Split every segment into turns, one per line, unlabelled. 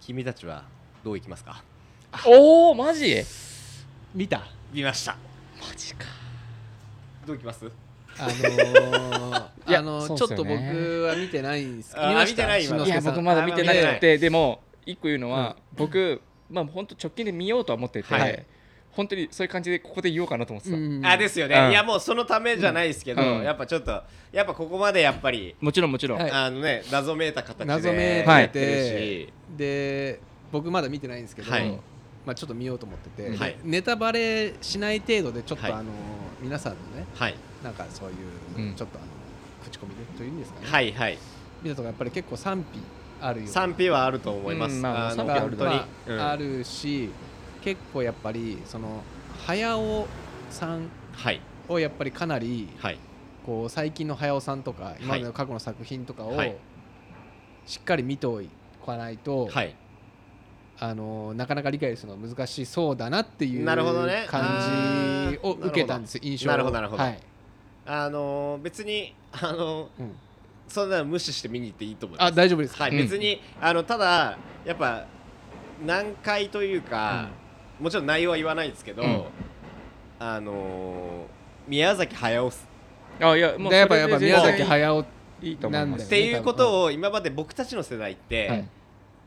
君たちはどういきますか
おおマジ
見た
見ました
マジか
どういきます
あのー
いや
あのー
そうっ
ちょっ
すよ
と僕
ね
は見てないんですけ
あ
ど
ー
まし
見て
た
ない今
篠
いや
介さん
僕まだ見てな
あー
あ
見
くてでも一個言うのは、僕まあ本当直近で見ようとは思ってて、
はい
本当にそういう感じでここで言おうかなと思ってた、
うん
あですよね、
うん
いやもうそのためじゃないですけど、
うん
やっぱちょっとやっぱここまでやっぱり、
もちろんもちろん、
はい
あのね謎めいた形で
謎め
はい
てて、で僕まだ見てないんですけど、
はい
まあ、ちょっと見ようと思ってて、
はい
ネタバレしない程度でちょっと、
はい
あのー皆さんのね
はい
なんかそういう、
うん
ちょっとあの口コミでというんですかね、
はいはい
見たとかやっぱり結構賛否あるような
賛否はあると思います、
うんまあ
の
賛否あ
本
る
当に、
まあ
うん
あるし結構やっぱりその早尾さん
はい
をやっぱりかなり
はい
こう最近の早尾さんとか今までの過去の作品とかを
はい
しっかり見ておかないと、
はい
あのなかなか理解するのは難しそうだなっていう
なるほどね
感じを
あー
受けたんですよ印象を
なるほどなるほど
はい
あのー別にあのー
うん
そんなの無視して見に行っていいと思います
あ大丈夫ですか、
はい、
うん
別にあのただやっぱ難解というか、もちろん内容は言わないですけど、
うん
あのー宮崎駿っす
あいやもう
でやっぱ
そ
や
れで
っぱ
全
宮
然
崎駿
いいと思い
な
ま
んだ
す
よ
っ
ね
ていうことを今まで僕たちの世代って、
はい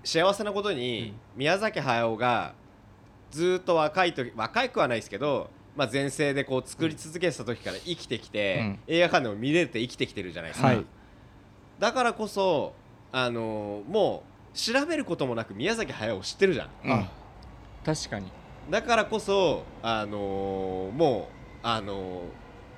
幸せなことに宮崎駿がずーっと若い時若くはないですけど、まあ、前世でこう作り続けてた時から生きてきて、
うん
映画館でも見れて生きてきてるじゃないですか、
はい
だからこそ、あのーもう調べることもなく宮崎駿を知ってるじゃん
うん
あ
確かに
だからこそ、あのーもう、あの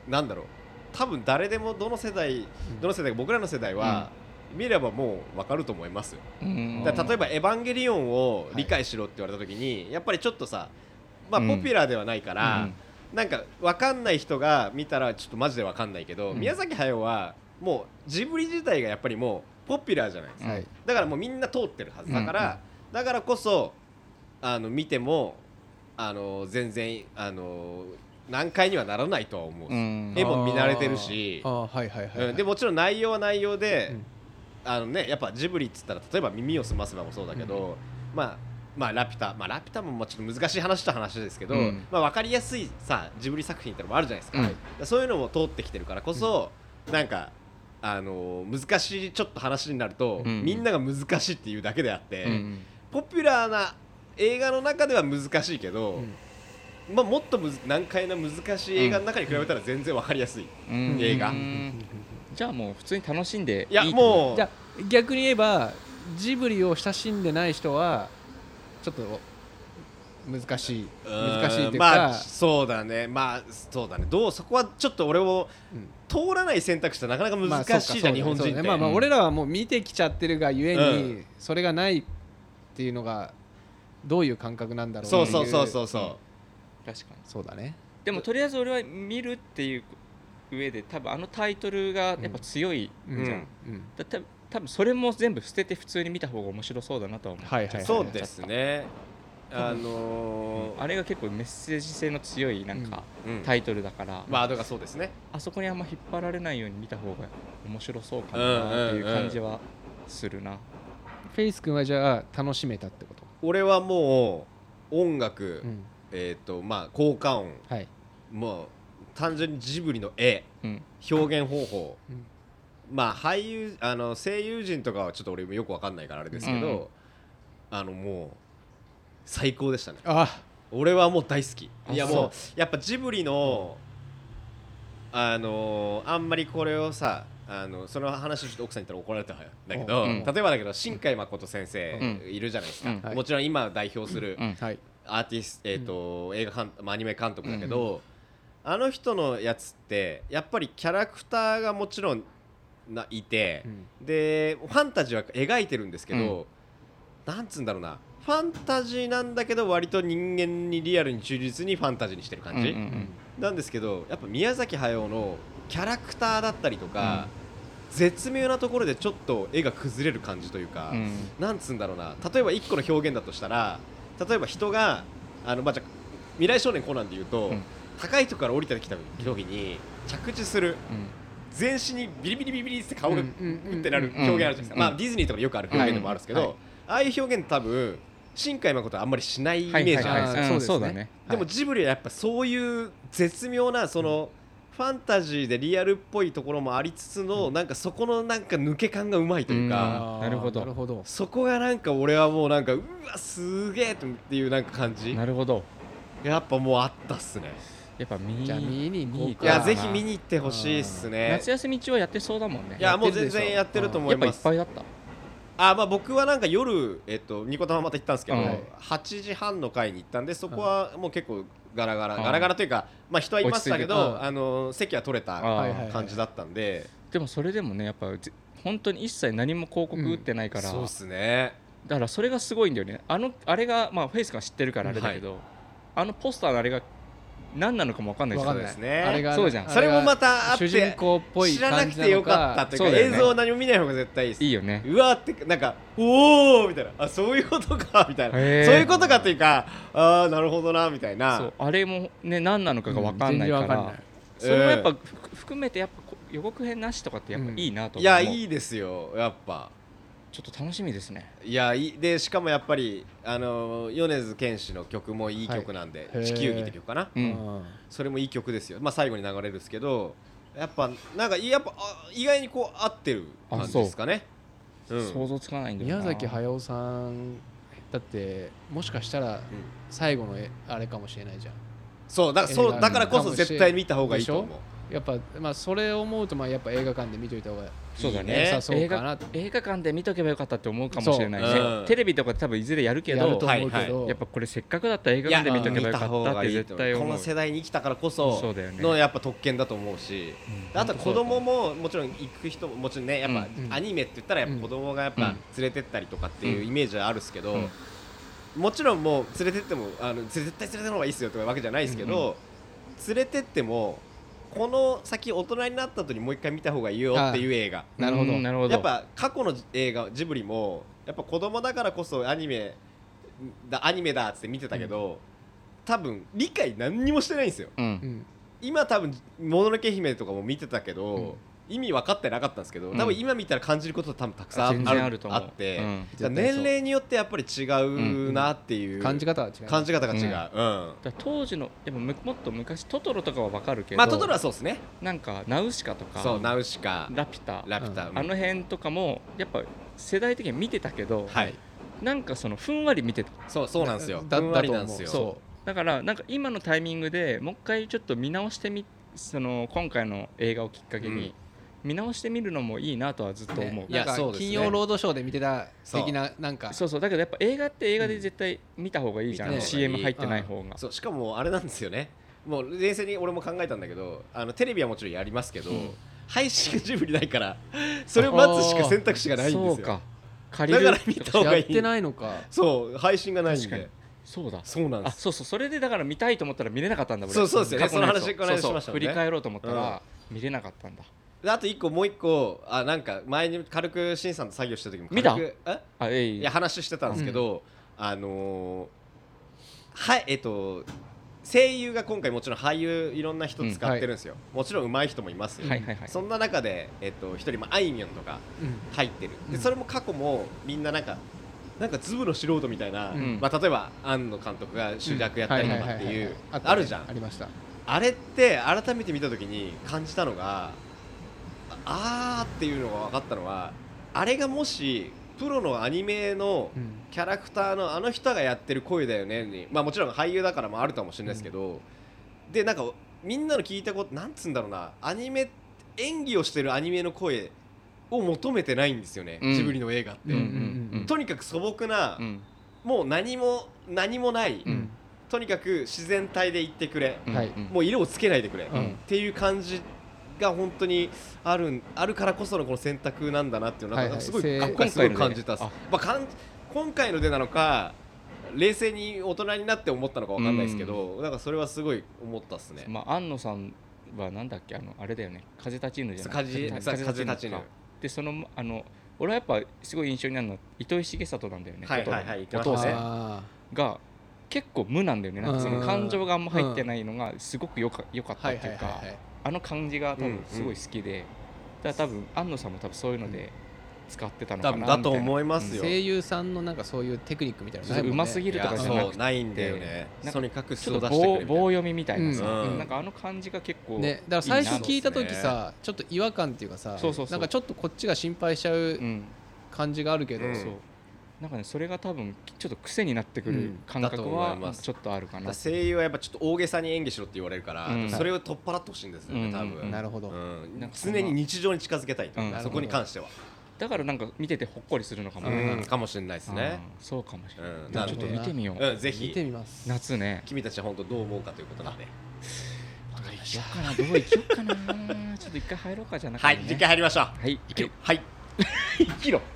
ーなんだろう多分誰でもどの世代どの世代僕らの世代は、見ればもう分かると思いますよ
うん
だから例えば「エヴァンゲリオン」を理解しろって言われた時に、やっぱりちょっとさまあ
うん
ポピュラーではないから、
うん
なんか分かんない人が見たらちょっとマジで分かんないけど、
うん
宮崎駿はもうジブリ自体がやっぱりもうポピュラーじゃないですか、
はい
だからもうみんな通ってるはずだから、だからこそあの見てもあの全然あの難解にはならないとは思う、
うん
絵も見慣れてるし
あーあーはいはいはいはい、
うん、でもちろん内容は内容で、あのねやっぱジブリっつったら例えば「耳をすませば」もそうだけど、まあまあラピュタ、まあ、ラピュタもまあちょっと難しい話と話ですけど、
うん
まあ、分かりやすいさジブリ作品ってのもあるじゃないですか、
うん
だからそういうのも通ってきてるからこそ、なんか、あのー難しいちょっと話になると、
うん
みんなが難しいっていうだけであって、
うん
ポピュラーな映画の中では難しいけど、まあ、もっとむず難解な難しい映画の中に比べたら全然分かりやすい、
うん
映画
うんじゃあもう普通に楽しんで
いや
と思
もう
じゃあ逆に言えばジブリを親しんでない人はちょっと難しい難しいというか、
まあそうだねまあそうだねどうそこはちょっと俺も
うん
通らない選択肢ってなかなか
まあ
難しいじゃん、日
そう
本
か
人
そう
っ
だ
て、
ねまあまあ
うん
俺らはもう見てきちゃってるがゆえに、
うん
それがないっていうのがどういう感覚なんだろうってい
そうそうそうそうそう
確かに
そうだね
でもとりあえず俺は見るっていう上で多分あのタイトルがやっぱ強い、
う
う、うんん
うん
だ多分多分それも全部捨てて普通に見た方が面白そうだなとは思う、
はいはいはい
そうですねあのー
あれが結構メッセージ性の強いなんか
うん
タイトルだから、
ワードがそうですね
あそこにあんま引っ張られないように見た方が面白そうか
うんうんうん
なっていう感じはするな、
フェイス君はじゃあ楽しめたってこと、
俺はもう音楽、
うん
えっ、とまあ効果音
はい
もう単純にジブリの絵
うん
表現方法、
うん
まあ俳優あの声優陣とかはちょっと俺もよくわかんないからあれですけ
うんうん
ど、あのもう最高でしたね
あ
俺はもう大好き
あ
いや
そう
もうやっぱジブリの、あのーあんまりこれをさあのその話ちょっと奥さんに言ったら怒られたんだけど、
うん
例えばだけど新海誠先生
うん
いるじゃないですか、
うん
はい
もちろん今代表する
うん
はい
アーティスト、えーと映画監まあアニメ監督だけど、あの人のやつってやっぱりキャラクターがもちろんないて、
うん
でファンタジーは描いてるんですけど、なんつうんだろうなファンタジーなんだけど割と人間にリアルに忠実にファンタジーにしてる感じ、
うんうん
なんですけどやっぱ宮崎駿のキャラクターだったりとか、絶妙なところでちょっと絵が崩れる感じというか、
うん
なんつうんだろうな例えば1個の表現だとしたら例えば人があの、まあ、じゃあ未来少年コナンで言うと、
うん
高いところから降りてきた時に着地する全身にビリビリビリビリって顔が
うんうんうん
ってなる表現あるじゃないですか、
うん
まあ、ディズニーとかでよくある表現でもあるんですけど、
はいは
ああいう表現多分新海誠はあんまりしないイメージなんですよ、
はいはいはい
うん
そ
そうう
で
だ
すね
ね
でもジブリはやっぱそういう絶妙なその、ファンタジーでリアルっぽいところもありつつの、なんかそこのなんか抜け感がうまいというか、
あー
なるほど
なるほど
そこがなんか俺はもうなんかうわすげえっていうなんか感じ
なるほど
やっぱもうあったっすね
やっぱ見
じゃあ見に行こう
見
か
いやぜひ見に行ってほしいっすね
夏休み中はやってそうだもんね
いやもう全
やってるでし
然
ょ
やってると思
や
い
っぱい
ま
っ
す
ぱいだった
あまあ僕はなんか夜、えっと、ニコタマまた行ったんですけど、
はい
8時半の会に行ったんでそこはもう結構ガラガラ、ガラガラというか、まあ、人はいましたけど、
落ち着いてうん
あの席は取れた
あ
はい
ー
はい
感じだったんで、
でもそれでもねやっぱぜ本当に一切何も広告打ってないから、
そうっすね
だからそれがすごいんだよねあのあれがまあフェイスが知ってるからあれだけど、あのポスターのあれが何なのかも分かんない
わ
です
か
よ
ん
ね
ない
そうですね
そう
あれが
じゃん
それもま
た
たあって
主人公っぽい
知らな
感
く
じな
てよ
の
かったと
か
いう
そ
か
うだよね
映像を何も見ない方が絶対いいです
いいよね
うわーってなんかおおみたいなあそういうことかみたいなそう
へー
いうことかというかああなるほどなみたいな
そうあれもね何なのかが分かんないから、
うん全然わかんない
それもやっぱ、ふく含めてやっぱこ予告編なしとかってやっぱいいなと思う、
いやいいですよやっぱ
ちょっと楽しみですね
いやいいでしかもやっぱりあのー米津玄師の曲もいい曲なんで「
はいへー
地球儀」って曲かな、
う
うん
ん、
それもいい曲ですよまあ最後に流れるんですけどやっぱなんかいやっぱあ意外にこう合ってる感じですかねう
想
ん
像つかないんだよ
宮
な
崎駿さんだってもしかしたら最後のえあれかもしれないじゃん
そうだからそうだからこそ絶対見た方がいいと
でし
思う
やっぱまあそれを思うとまあやっぱ映画館で見といた方が
そうだね
いいね
良さそう
映
かな
画
と
映画館で見とけばよかったって思うかもしれない
そ
ね、
ううん
テレビとかで多分いずれやるけ
やる
ど
と思うけど
やっぱこれせっかくだったら映画館で見とけばよかったって絶対
こ
思う
の世代に生きたからこ
そ
そう
だよね
のやっぱ特権だと思うし、
うん
あと子供ももちろん行く人ももちろんねやっぱ
うん
アニメって言ったらやっぱ子供がやっぱ
うん
連れてったりとかっていうイメージはあるんですけど、
うん
もちろんもう連れてってもあの絶対連れての方がいいですよとかわけじゃないですけど、連れてってもこの先大人になった後にもう一回見た方がいいよっていう映画
なるほど
うんなるほど
やっぱ過去の映画ジブリもやっぱ子供だからこそアニメだアニメだっつって見てたけど、多分理解何にもしてないんですよ
うん
うん
今多分「もののけ姫」とかも見てたけど、
うん
意味分かってなかったんですけど、
うん
多分今見たら感じること多分たくさん
全然あると思う
あって、
うん
だから年齢によってやっぱり違うなっていう、
感じ方は違う
感じ方が違う、
う
うんん
だから当時のでもむもっと昔トトロとかは分かるけど、
まあトトロはそうですね
なんかナウシカとか
そうナウシカ
ラピュタ
ラピュタ、
う
うん
あの辺とかもやっぱ世代的には見てたけど、
はい
なんかそのふんわり見てた
そうそうなんですよ
だ
ふんわりなんですよ
だと思う
だからなんか今のタイミングでもう一回ちょっと見直してみその今回の映画をきっかけに、見直してみるのもいいなとはずっと思う、
ね
いや
なんか
そうですね
金曜ロードショーで見てた的ななんか
そうそうだけどやっぱ映画って映画で絶対見た方がいいじゃん、
うん
CM 入
見
ったて
方が
ない
い
い方が、
そうしかもあれなんですよねもう冷静に俺も考えたんだけどあのテレビはもちろんやりますけど、
うん
配信がジブリないからそれを待つしか選択肢がないんですよ
そうか借り
だ
る
から見た方が
や
い
っ
い
てないのか
そう配信がないん
確か
で
にそうだ
そうなんで
あ
す
そうそうそれでだから見たいと思ったら見れなかったんだ俺
そうそうですよね
過去のやつを
その話この間
そうそう
しましたもん
振
ね
り返ろうと思ったら、見れなかったんだ
であと一個もう一個あなんか前に軽くしんさんと作業した時も軽
見た
くえ
あえい
いや話してたんですけど、あのーはいえっと声優が今回もちろん俳優いろんな人使ってるんですよ、もちろん上手い人もいますよ、
はいはいはい
そんな中で、えっと、一人、まああいみょんとか
うん
入ってる
う
で
ん
それも過去もみんななんかなんか粒の素人みたいな、
うん
まあ、例えば庵野監督が主役やったりとかって
はいはいはい
い
は
う
いったね
あるじゃん
ありました
あれって改めて見た時に感じたのがああーっていうのが分かったのはあれがもしプロのアニメの
うん
キャラクターのあの人がやってる声だよねに、まあ、もちろん俳優だからもあるかもしれないですけど、でなんかみんなの聞いたことなんつうんだろうなアニメ演技をしてるアニメの声を求めてないんですよね、
うん
ジブリの映画って、
うんうんうん
とにかく素朴な、
うん
もう何も何もない、
うん
とにかく自然体で言ってくれ、
うん
はい
うん
もう色をつけないでくれ、
うん
っていう感じが本当にあるあるからこそのこの選択なんだなっていうのは
はい
な
は
んか
い
すごい
せ
今回すごい感じたっす
あ
まあ、かん今回のでなのか冷静に大人になって思ったのかわかんないですけど、なんかそれはすごい思ったっすね。
まあ安野さんはなんだっけあのあれだよね風立ちぬじゃ
そう
ない
風
た
さ風立ちぬ
かでそのあの俺はやっぱすごい印象になるのは糸井重里なんだよね、
はい
トトロ
はいはい言って
お
ましたね
父さん
あ
が結構無なんだよねなんかその感情があんま入って
うん
ないのがすごくよかよかっ
ーは
たってい
いはい
う
はい
か
はい
あの感じが多分すごい好きで、だから多分安野さんも多分そういうので、使ってたのかなみた
多
いな
分だと思いますよ
声優さんのなんかそういうテクニックみたいなのないもん
う
ね
ますぎるとかじゃな
そ
く
う
て
ないんだよね
なんか
とにかく
ち
素
ょ
を
っと
出してくれみ
棒
たいな
棒読みみたいなさ、
うん
なんかあの感じが結構
ね、だか
い
ら最
い
初
な
聞いた時
いいな
さちょっと違和感っていうかさ
そうそうそう
なんかちょっとこっちが心配しちゃう
うん、
感じがあるけど、
うん
そうなんかねそれが多分ちょっと癖になってく
う
る
ん
感覚
だと思いま
は
す
ちょっとあるか
だ
な、
から声優はやっぱちょっと大げさに演技しろって言われるから、
うん
それを取っ払ってほしいんですよね、
うん
多
う
分
ん
なるほど、
うん
なんかそん
常
な
に日常に近づけたいと、
うん
そこに関しては、
だからなんか見ててほっこりするのかもね、
うんかもしれないですね、
あーそうかもしれない、
うん
でもちょっと見てみよう、
うん、ぜ
見て
ひ
みます
夏ね
君たちは本当どう思うかということなんで
どうしようかなどう行きようかなちょっと一回入ろうかじゃなくて、
は
ね、
い実家入りましょう
はい行けよ
はい
生きろ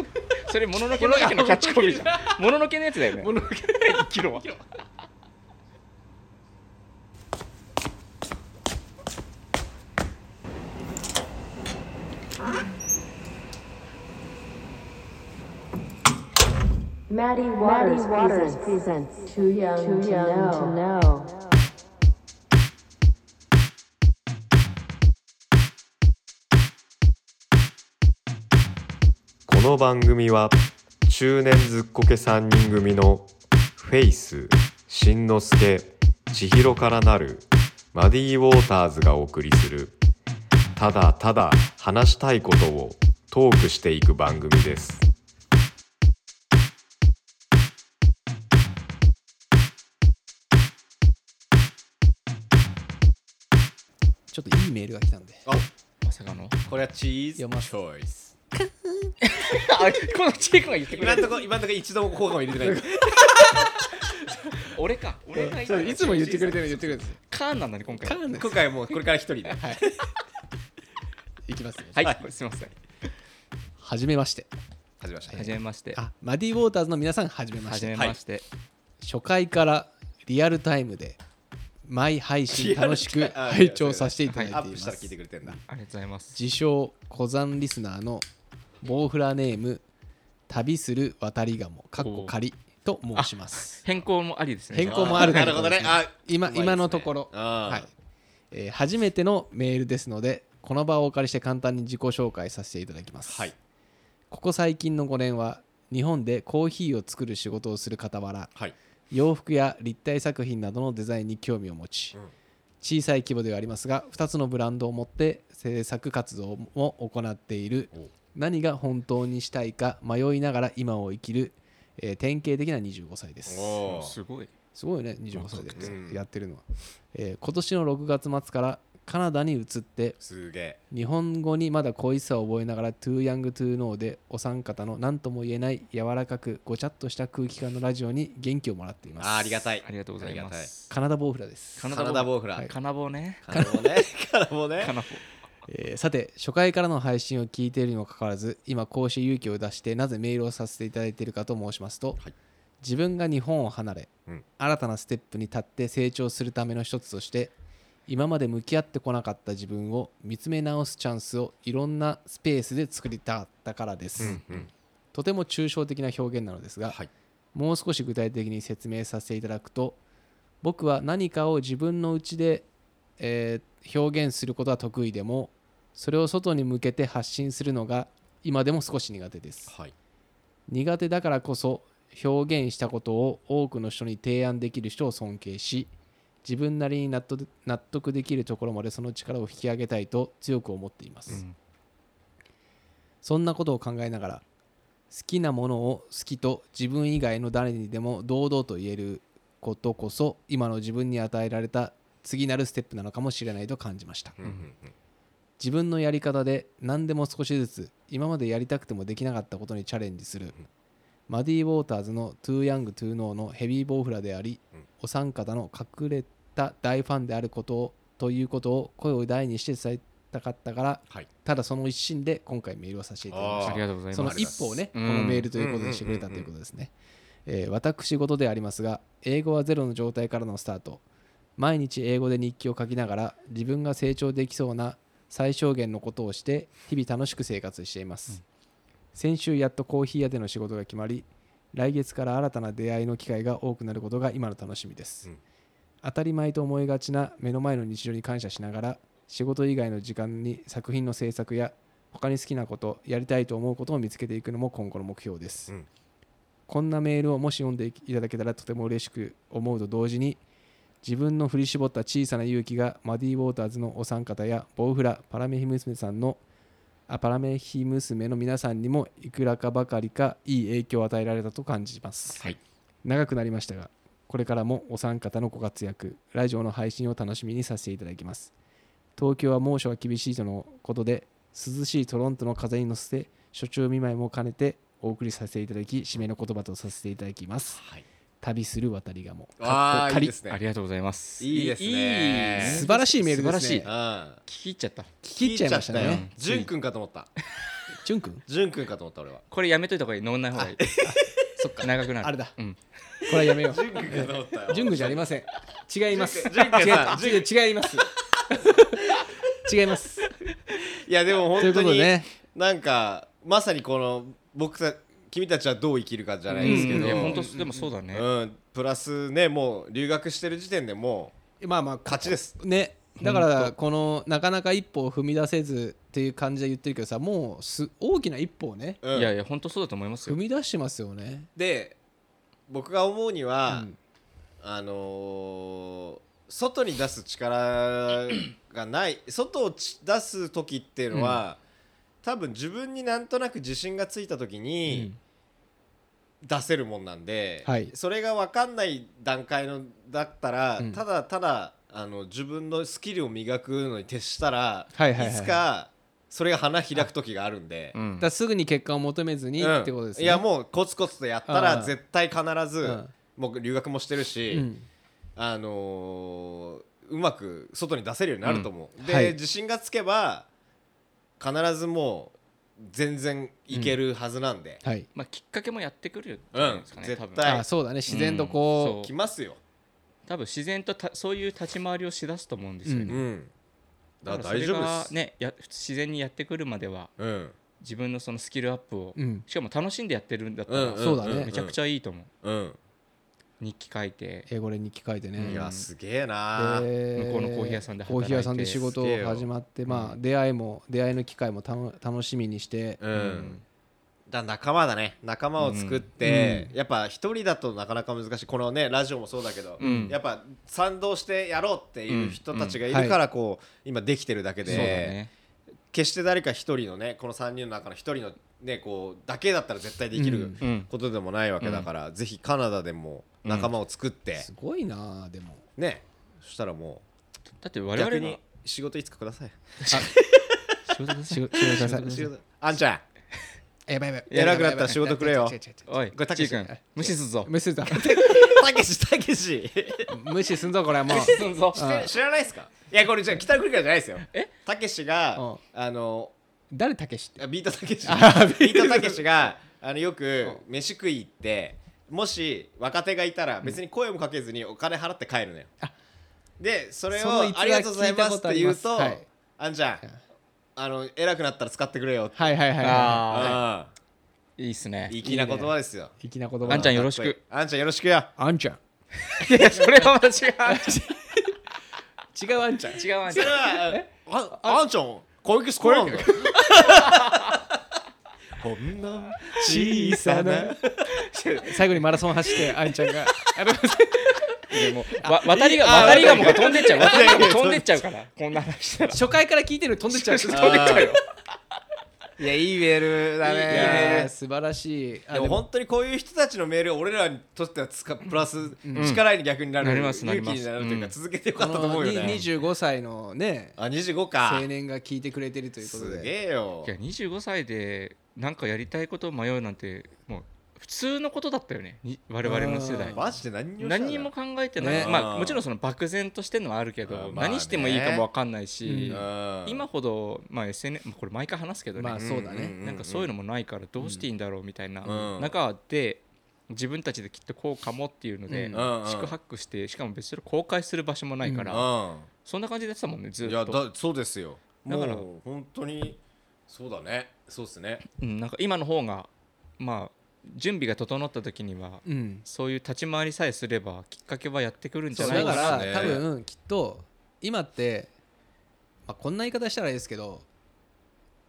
それもののけのやつのキャッチコ ピーじゃんもののけのやつだよねもののけ生きろは
Maddie Waters, presents, Too Young, to, know.
この番組は中年ずっこけ3人組のフェイスしんのすけ千尋からなるマディ・ウォーターズがお送りするただただ話したいことをトークしていく番組です。
ちょっといいメールが来たんで
あ
まさかの
これはチーズチ
読ます
ョイス
あ このチークが言ってく
今
れ
んと
る
こ今んとこ一度も効果も入れてない
俺か俺が
いつも言ってくれてる言ってくれてる
カーンなんだね今回は
今回はもうこれから一人で
いきますね
い、
は
すみません
はじめまして
始めました
はじめまして
あマディ・ウォーターズの皆さんはじめま
は
し
じ
て
めまして、
初回からリアルタイムで毎配信楽し
リア
く
ルタイムあ
拝聴させていただいて
アッ
い
プし
ま
たら聞い
す
てくれてんだ
ありがとうございます
自称古山リスナーのボウフラネーム旅する渡り鴨かっこ仮と申します
変更もありですね
変更もある
なるほどねあ
今
うまいですね
今のところ、
あー
はいえー初めてのメールですのでこの場をお借りして簡単に自己紹介させていただきます、
はい
ここ最近の5年は日本でコーヒーを作る仕事をする傍ら
はい
洋服や立体作品などのデザインに興味を持ち、
うん
小さい規模ではありますが2つのブランドを持って制作活動も行っている
お
何が本当にしたいか迷いながら今を生きる、えー典型的な25歳です
お
すごい
すごいね25歳
うん
でやってるのは、えー今年の6月末からカナダに移って
すげえ
日本語にまだ恋しさを覚えながら「トゥーヤングトゥーノーでお三方の何とも言えない柔らかくごちゃっとした空気感のラジオに元気をもらっています
あーありがたい
ありがとうございま
あり
す
カナダボウフラです
カナダボウフラ
カナボね
カナボねカナボね
カナボ
えーさて初回からの配信を聞いているにもかかわらず今こうして勇気を出してなぜメールをさせていただいているかと申しますと、
はい
自分が日本を離れ、
うん
新たなステップに立って成長するための一つとして今まで向き合ってこなかった自分を見つめ直すチャンスをいろんなスペースで作りたかったからです、
うん
とても抽象的な表現なのですが、
はい
もう少し具体的に説明させていただくと僕は何かを自分の内で、えー表現することは得意でもそれを外に向けて発信するのが今でも少し苦手です
はい
苦手だからこそ表現したことを多くの人に提案できる人を尊敬し自分なりに納得納得できるところまでその力を引き上げたいと強く思っています、
うん
そんなことを考えながら好きなものを好きと自分以外の誰にでも堂々と言えることこそ今の自分に与えられた次なるステップなのかもしれないと感じました
うんうんうん
自分のやり方で何でも少しずつ今までやりたくてもできなかったことにチャレンジするマディ・ウォーターズの「トゥー・ヤング・トゥー・ノー」のヘビーボウフラであり
うん
お三方の隠れた大ファンであることをということを声を大にして伝えたかったから
はい
ただその一心で今回メールをさせていただきました
あ
ありがとうござい
その
ます
一歩をね、こ
うん
のメールということにしてくれたということですね。えー私事でありますが、英語はゼロの状態からのスタート。毎日英語で日記を書きながら、自分が成長できそうな最小限のことをして、日々楽しく生活しています。先週やっとコーヒー屋での仕事が決まり、来月から新たな出会いの機会が多くなることが今の楽しみです。
うん
当たり前と思いがちな目の前の日常に感謝しながら、仕事以外の時間に作品の制作や他に好きなことやりたいと思うことを見つけていくのも今後の目標です、
うん
こんなメールをもし読んでいただけたらとても嬉しく思うと同時に自分の振り絞った小さな勇気がマディ・ウォーターズのお三方やボウフラパラメヒ娘さんのあパラメヒ娘の皆さんにもいくらかばかりかいい影響を与えられたと感じます、
はい
長くなりましたがこれからもお三方のご活躍ラジオの配信を楽しみにさせていただきます東京は猛暑が厳しいとのことで涼しいトロントの風に乗せて初中見舞いも兼ねてお送りさせていただき締めの言葉とさせていただきます、
はい
旅する渡りがも
ああいいですね
ありがとうございます
いいですね
いい
素
晴らしいメールですね
素晴らしい
うん
聞き入っちゃった
聞き入っちゃいました
聞
よ
ね
ちゃったよくんかと思った
ジュン君
潤くんかと思った俺は
これやめといた方がいい飲んない方がいい そっか長くなる
あれだ
うん
これはやめよう
潤くんかと思ったよ
ジュン君じゃありません違います
ジュン君さんジ
違う違う違います違います
いやでも
とい
本
うこ
当
とで
に
ね
なんかまさにこの僕た君たちはどう生きるかじゃないですけ
うん
ど
いや本当でもそうだね
うんプラスねもう留学してる時点でも
まあまあ
う勝ちです
ねだか
ほん
ら
と
このなかなか一歩を踏み出せずっていう感じで言ってるけどさもうす大きな一歩をね
うん
いやいや本当そうだと思います
踏
よ
み出してますよね、
で僕が思うに
う
は
ん、
あのー外に出す力がない 外をち出す時っていうのは、多分自分になんとなく自信がついた時に出せるもんなんで、
はい
それが分かんない段階のだったら、
うん
ただただあの自分のスキルを磨くのに徹したら、
はい
い
はいはい
つかそれが花開く時があるんで。
うん
だからすぐに結果を求めずに
うん
ってことですね、
いやもうコツコツとやった
あ
ら
あ
絶対必ず、
うん
もう留学もしてるし、
うん
あのーうまく外に出せるようになると思う、
ん
で、
はい
自信がつけば必ずもう全然いけるはずなんで、
はい
まあきっかけもやってくるんじゃないですかね
うん
多分
絶対はい
あそうだね自然とこ
来ますよ、
多分自然とたそういう立ち回りをしだすと思うんですよ
う
う
ね
ん、だ
だ
か
かららそ
大
れ
丈
が
夫です、
ねや自然にやってくるまでは
うん
自分のそのスキルアップを
う、うん、
しかも楽しんでやってるんだったら、
うん
そうだね
めちゃくちゃいいと思う、
うん、
日記書いて
英語で日記書いてね、
い
うん
やすげえなー
で
向こうのコーヒー屋さんで働いて
コーヒー屋さんで仕事を始まってまあ出会いも出会いの機会もたの楽しみにして、
うん、だから仲間だね仲間を作って、やっぱ一人だとなかなか難しいこのねラジオもそうだけど、
うん
やっぱ賛同してやろうっていう人たちがい
うんうん
るからこう、今できてるだけで
そうだね、
決して誰か一人のねこの3人の中の一人のねこうだけだったら絶対でき
う
る
ん
うん、
ことでもないわけだから、ぜひカナダでも仲間を作って、
すごいなあでも
ねそしたらも
だって
う
我
逆
々
に
の
仕事いつかくださ い
仕事です
仕事仕事ください
仕事あんちゃ ん
やばいやばい
偉くなったら仕事くれよ
違う違う違う違う
おい
これたけし
ちい君無視すんぞ
無視するぞ
たけしたけし
無視すんぞこれはもう
すんぞ
あ
知らないですかいやこれじゃあ北国からじゃないですよ
え
たけしが
うん
あの
誰たけしって
あビートたけし
あ
ビートたけしがあのよく飯食い行ってもし若手がいたら別に声もかけずにお金払って帰るのよ、でそれ
そ
を
の逸話
ありがとうございますって言うと
聞いたことありますはい
あんちゃんあの偉くなったら使ってくれよって、
はいはいはいは
あ
あ
ーいいっすね
あ 粋な言葉ですよ
い粋な言葉だ
あんちゃんよろし
かっ
く
こいいあんちゃんよろしくよ
あんちゃん
それは間違
違うあんちゃん
う違うわ
それはああんちゃん小雪好きなんだほんの小さな
最後にマラソン走ってあんちゃんが
もうわ渡りが渡りがもが飛んでっちゃう渡りがも飛んでっちゃうからこんな話したら
初回から聞いてるの飛んでっちゃう
飛んでっちゃうよ
いやいいメールだね
いやー素晴らしいあ
でも本当にこういう人たちのメールを俺らにとってはつかプラス力に逆になる、
なりますなり
勇気
ます
になるというか、
うん
続けてよ
こ
かったと思
の
うよね
25歳のね
あ25か
青年が聞いてくれてるということ
す
で
げえよ
いや25歳でなんかやりたいことを迷うなんてもう普通のことだったよねに我々の世代
マジで何にも
何にも考えてない、
ね
まあもちろんその漠然としてるのはあるけど、
あーまあね
何してもいいかもわかんないし、今
今
ほど、まあ、SNS これ毎回話すけどね、
まあそうだね
なんかそういうのもないからどうしていいんだろうみたいな
うん
中で自分たちできっとこうかもっていうので、
うん
うん
四苦八苦してしかも別に公開する場所もないから、
うん
そんな感じでやってたもんねずっ
いや
と、
だそうですよ
だから
もう本当にそうだねそうですね
うん、なんか今の方がまあ準備が整った時には
うん
そういう立ち回りさえすればきっかけはやってくるんじ
そ
ゃ
う
ない
だ
かな
から
そうですね
多分きっと今って、まあ、こんな言い方したらあれですけど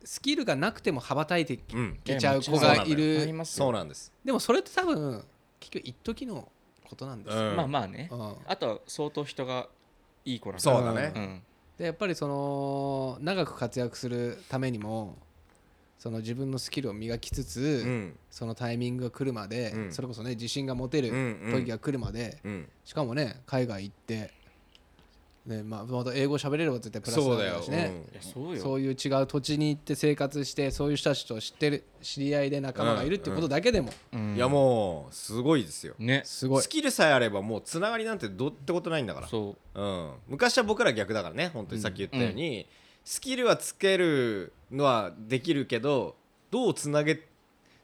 スキルがなくても羽ばたいてい
うん
けちゃう子
いやもち
が
ろ
い
ん
あり
る
ます
そう
よ
なんです、
でもそれって多分結局一時のことなんですよ、
うん
まあまあね、
うん
あとは相当人がいい子なん
そうだね、
うん
でやっぱりその長く活躍するためにもその自分のスキルを磨きつつ、
うん
そのタイミングが来るまで、
うん
それこそね自信が持てる
ん
時が来るまで、
うん
しかもね海外行って、ねまあ、また英語喋れれば絶対プラスになるしね
いやそうよ
そういう違う土地に行って生活してそういう人たちと知ってる知り合いで仲間がいるってことだけでも
うん
いやもうすごいですよ
ね
すごい
ス、キルさえあればもうつながりなんてどうってことないんだから、
そう
ん、昔は僕ら逆だからね本当にさっき言ったように、スキルはつけるのはできるけどどうつなげ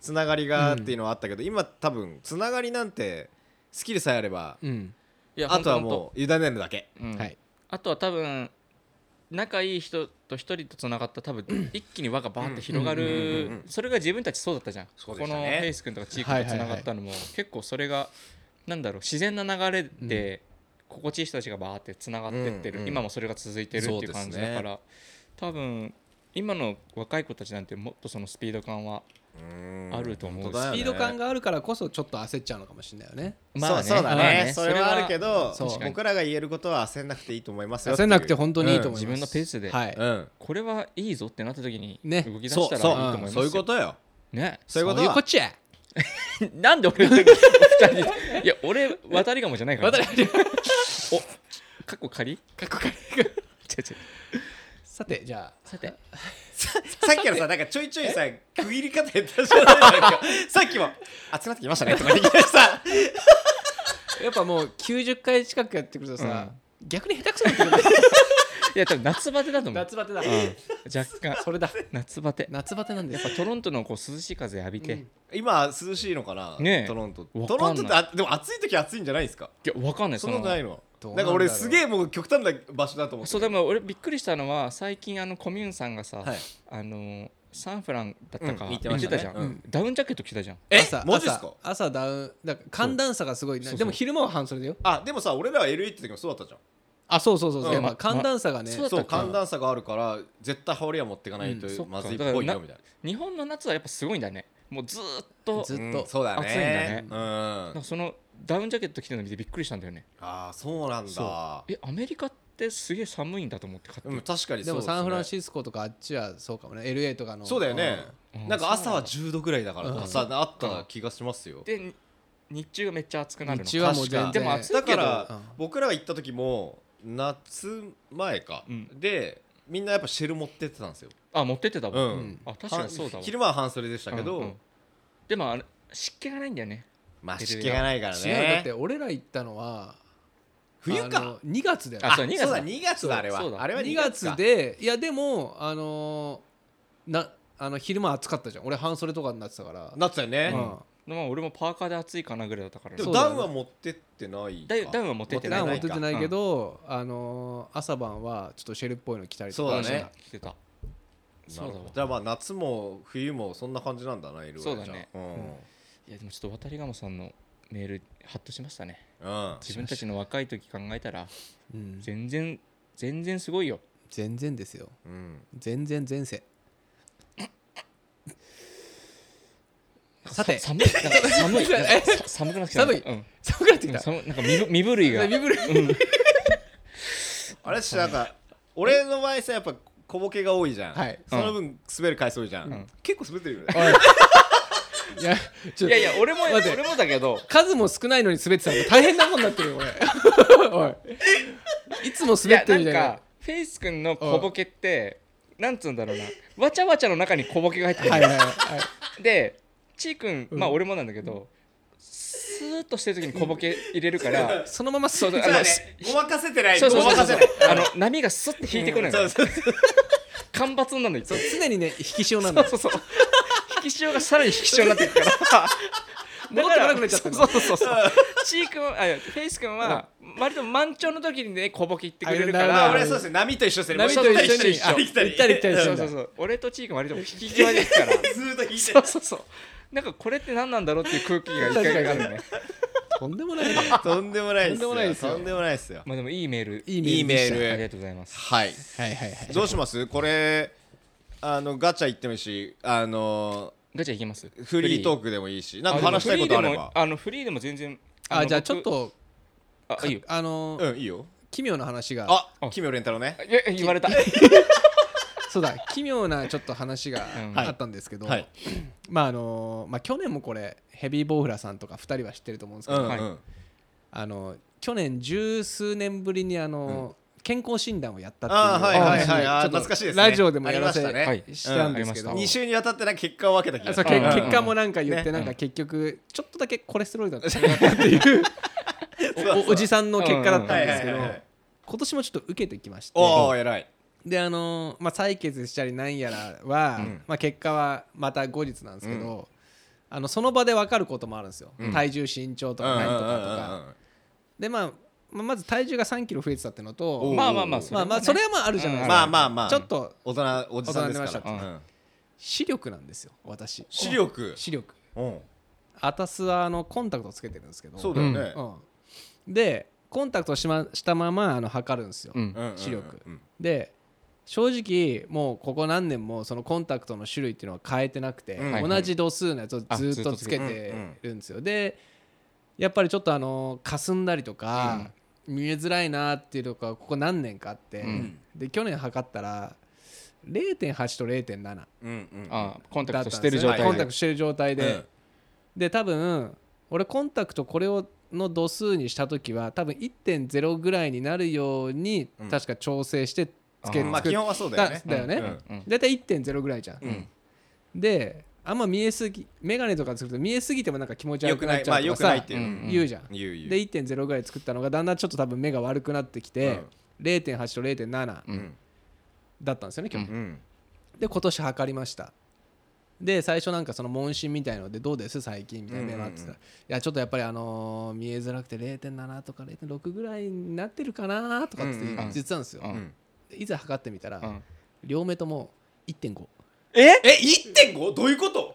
つながりがっていうのはあったけど、今多分つながりなんてスキルさえあれば
うん
ういや
あとは
ほんほん
もう委ねるだけ
とうん
はい、
あとは多分仲いい人と一人とつながったら多分一気に輪がバーって広が
うんうんうん
る
うん
それが自分たちそうだったじゃん、
そうで
こ
した
の
ね
ヘイス君とかチー君とつながったのも結構それがなんだろう自然な流れで心地いい人たちがバーってつながってって
うんう
る
ん
今もそれが続いてるっていう感じだから多分今の若い子たちなんてもっとそのスピード感はあると思う
本当だよ
ス
ね
ピード感があるからこそちょっと焦っちゃうのかもしれないよね
そうそうだね,、
まあ
それはあるけど
それはそう
僕らが言えることは焦んなくていいと思いますよ
焦んなくて本当にいいと
思
思いま
う
す、
ん自分のペースで
はい、
うん
これはいいぞってなった時に
ね
動き出
そ
し
う
た
そ
ら
う
いいと思います
そういうこ
よ
とよ
ね
そういうこと
そういう
は
こっちゃ
なんで俺が二人で いや俺渡りがもじゃないから
渡り
おかっこ仮
かっこか
違う違う
さてじゃあ
さて
さっきのさ、なんかちょいちょいさ、区切り方やったじゃないなんか。さっきも、集まってきましたねとか言ってさ、
やっぱもう90回近くやってくるとさ、逆に下手くそになってくる
いや多分夏バテだと思う
夏バテだ、
若干
それだ
夏バテ
夏バテなんだ
や
よ
っぱトロントのこう涼しい風浴びて、
うん
い
今涼しいのかな、
ねえ
トロント。
わ
ト
か
ロ
ん
ント
ない
って、あでも暑い時は暑いんじゃないですか。
やわかんない
そんなことないの
どうなん
な
だろ
ん
う
か俺すげえもう極端な場所だと思って。
そうでも俺びっくりしたのは最近あのコミューンさんがさ、
はい
あのサンフランだったか、
うん
言
言
っ
ってましてたね
たじゃん、
うん
ダウンジャケット着てたじゃん
え
朝
マジっすか
朝朝ダウンだから寒暖差がすごいな
そうそう
でも昼間は半袖だよ
あ、でもさ、俺らは LA って時もそうだったじゃん。
あそうそうそうそう、
うん
やっぱ寒暖差がね、
まそうだ
そう、
ったか
寒暖差があるから、絶対羽織は持っていかないと
うんそっか
まずいっぽい
だから
よ
な
みたいな。
日本の夏はやっぱすごいんだねもうずーっと
ずっ
うん
と
そうだ
暑いんだ
ね
ね。
うん。
なん
あ
かそのダウンジャケット着てるの見てびっくりしたんだよね
あー、そうなんだ
そ。えアメリカってすげえ寒いんだと思って買って
うん、確かに
で
そう
も
すね
サンフランシスコとかあっちはそうかもね LA とかの
そうだよね。
うん
なんか朝は10度ぐらいだからとかさ、
う
あった気がしますよ。
でに日中がめっちゃ暑くなるの
日中はもう全然
でも暑い
だ
け
か
ど
ら、
うん
僕らが行った時も夏前か、
うん
でみんなやっぱシェル持ってってたんですよ
あ持ってってたわ、
うん
あ確かにそうだわ
昼間は半袖でしたけど、
うんうんでもあれ湿気がないんだよね
まあ湿気がないから
うん違うだって
ね
俺ら行ったのは
冬
あ
か
の2月だよ
あ
あ
そ
そうう
2月だ
だ2月だあれ
そう
は
だ
あれは
2
2
月
月か
でいやでもあのーなあの昼間暑かったじゃん俺半袖とかになってたから
なってたよね、
うん
まあ俺もパーカーで暑いかなぐらいだったから
で
そ
も
うだよ
ダ
ね
ウンは持ってってない
だいダウンは持ってってな
ないんか
持
持っ
ってて
て
ない
ないけど、あのー朝晩はちょっとシェルっぽいの着たりとか
そうだね
着てた
な
そ
る
う
ほど
だわ
じゃあまあ夏も冬もそんな感じなんだな色々
そうだね
じゃあ
いやでもちょっと渡り鴨さんのメールハッとしましたね
うん、うん
自分たちの若い時考えたら
うん
全然全然すごいよ
全然ですよ
うん、
全然前 世さて
さ寒いなんか寒いなんかさ寒くなってきた
寒い
うん
寒くなってき
うん
た
寒いなんか身ぶ身震いが
身震い
あれだしなんか俺の場合さやっぱ小ボケが多いじゃん、
はい
その分滑る回数多いじゃん、
ん
結構滑ってるよね
いやちょ
いやいや俺も
待って
俺もだけど
数も少ないのに滑ってたの大変なことになってる よ俺おいいつも
い
滑
や
って
な
るみ
ん
たいな
かフェイス君の小ボケってなんつうんだろうなわちゃわちゃの中に小ボケが入ってくる、
はいはいはい
でちー君まあ俺もなんだけど、スーッとしてる時に小ボケ入れるから
そのままそう
そう
あ
あの
の
し
ごまかせてない
そうそう
ご
そ
ま
う
か
そ
せ
う
ない
あの波がスッて引いてくるの
そ
よ
うそうそう
干ばつになるのいつ
そ
も
う常にね引き潮なん
そ
だ
うそうそう。引き潮がさらに引き潮になってい くから。だから
戻ってこなくなっちゃったの
そうそうそうそう。チー君は、あいやフェイス君は、割と満潮の時にね、小ボケ言ってくれるか
あ
あ
ら。
俺そうですね波と一緒ですね
波と一緒に
行ったり
行
来
った
た
り
り
来たり
そうそうそう。俺とチー君は割と引き際ですから。
ずーっと引いて
そうそうそう。なんかこれって何なんだろうっていう空気が一回あるね。
とんでもないね
とんでもないです
とんでも
よ
ないですよ
とんでもないですよ
まあでもいいメール。
いい
いい
メ
メ
ー
あ
ルでした
り
ー
が
ル
とうございます。
はい
はいはいはい
どうしますこれあのガチャ行ってもいいしあの
ガチャいきます
フリート
ク
ークでもいいしなんか話したいことあれば
あのフリーでも全然
あ
の
じゃあ
僕
ちょっと
あ
か
いいよ
あのー
うんいいよ
奇妙な話が
あ
あ
奇妙連太郎ね
いや言われた
そうだ奇妙なちょっと話が
うん
あったんですけど、
はい
まああのーまあ、去年もこれヘビーボウフラさんとか2人は知ってると思うんです
う
けど、
ん
は
う
い
ん
あの去年十数年ぶりにあの、健康診断をやったっていう
あーはいはいはいあー
ちょっと
懐かしいですね
ラジオでもやらせ
ありましたね
ししたんですけ
う
ど、
んありま
2
し
週にわたってなんか結果を分けた気
あ
が
そう
す
ん
る
け
うん
結果もなんか言って
ね
なんか結局ちょっとだけコレステロー ルだったって
そう
いうおおじさんの結果だった
は
ん
い
で
は
すけ
い
ど
はい
今年もちょっと受けてきまして
おお偉い
であのーまあ、採血したりなんやらは、まあ、結果はまた後日なんですけど、あのその場で分かることもあるんですよ、体重身長とか何とかとか、で、まあ、まあまず体重が3キロ増えてたというの
お
と
う
まあまあまあ
まあまあそれはまああるじゃないですか、
まあまあまあ
ちょっと
大人おじさんですか
にな
大人
りました
らうん
視力なんですよ私
視力
視力
うん
私はあのコンタクトつけてるんですけど
そうだよね
うん、でコンタクトし,、ま、したままあの測るんですよ、
うん
うんうんうん
視力
うん
で正直もうここ何年もそのコンタクトの種類っていうのは変えてなくて、
うん
同じ度数のやつを
あ
ずっとつ
ずっとつけ
け
て
てるんですよ、でやっぱりちょっとあの霞んだりとか、見えづらいなっていうのがここ何年かあって、
うん
で去年測ったら0.8と0.7だ
うんうん
あコンタ
っ
クト
たん
して
で
る
す
状態
ね
で
コンタクトしてる状態で、
うん
で多分俺コンタクトこれをの度数にした時は多分1.0ぐらいになるように
うん
確か調整してつけ
あー
まあ
作っ
基本はそうだよね
だだよね、
うん
うん
大体1.0ぐらいじゃん、
うん
であんま見えすぎ眼鏡とか作ると見えすぎてもなんか気持ち
よ
悪
く
く
な
なっ
い
ち
ま
ゃ
あ
うと
よ
か
くな
さ、
いっていう
うん
ん
言うじゃん、
言う言う
で1.0ぐらい作ったのがだんだんちょっと多分目が悪くなってきて、0.8と0.7
うん
だったんですよね今日、
うん
で今年測りましたで最初なんかその問診みたいので「どうです最近」みたいな電話あってたら、
うん
いやちょっとやっぱりあのー見えづらくて0.7とか0.6ぐらいになってるかな」とかって
うん
言
うん
ってたんですよ、
うん
うん
でいざ測ってみたら、
うん
両目とも1.5
え
え 1.5? どういうこと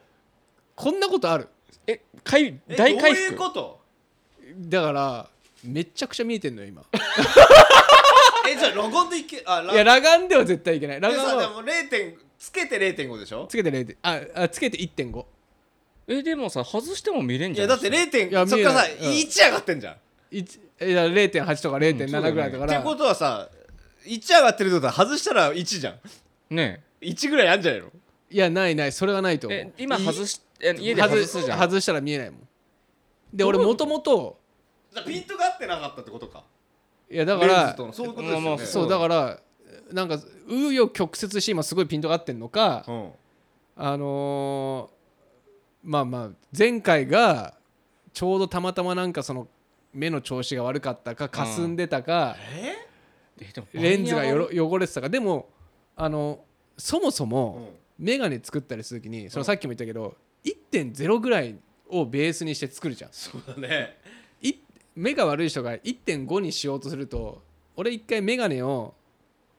こんなことある
え回
え
大回
どういう
復
こと
だからめちゃくちゃ見えてんのよ今
えじゃあ裸眼でいけあ
いや裸眼では絶対いけない
で
裸眼
さでも
は
0点つけて0.5でしょ
つけて0ああつけて1.5
えでもさ外しても見れん
い
じ
や
ゃん
だって0点
いや
そっからさ
見えないうん
1上がってんじゃんっ
いちいや0.8とか0.7ぐらいだから、
てことはさ1上がってるってことは外したら1じゃん
ね
1ぐらいあんじゃないの
いやないないそれはないと
え
思う
え今
い
外しえ家で外すじゃん
外したら見えないもんで俺もともと
じゃあピントが合ってなかったってことか
いやだか
レン
ら
ズとのそういうこと
まあまあ
です
そ
よ
う
ね
だからなんか紆余曲折して今すごいピントが合ってんのか
うん
あのーまあまあ前回がちょうどたまたまなんかその目の調子が悪かったか霞んでたか、
え
えでも
レンズが
バニヤ
よ
は
ろ汚れてたかでもあのそもそも眼鏡作ったりする時にそのさっきも言ったけど1.0ぐらいをベースにして作るじゃん
そうだね
い目が悪い人が1.5にしようとすると俺一回眼鏡を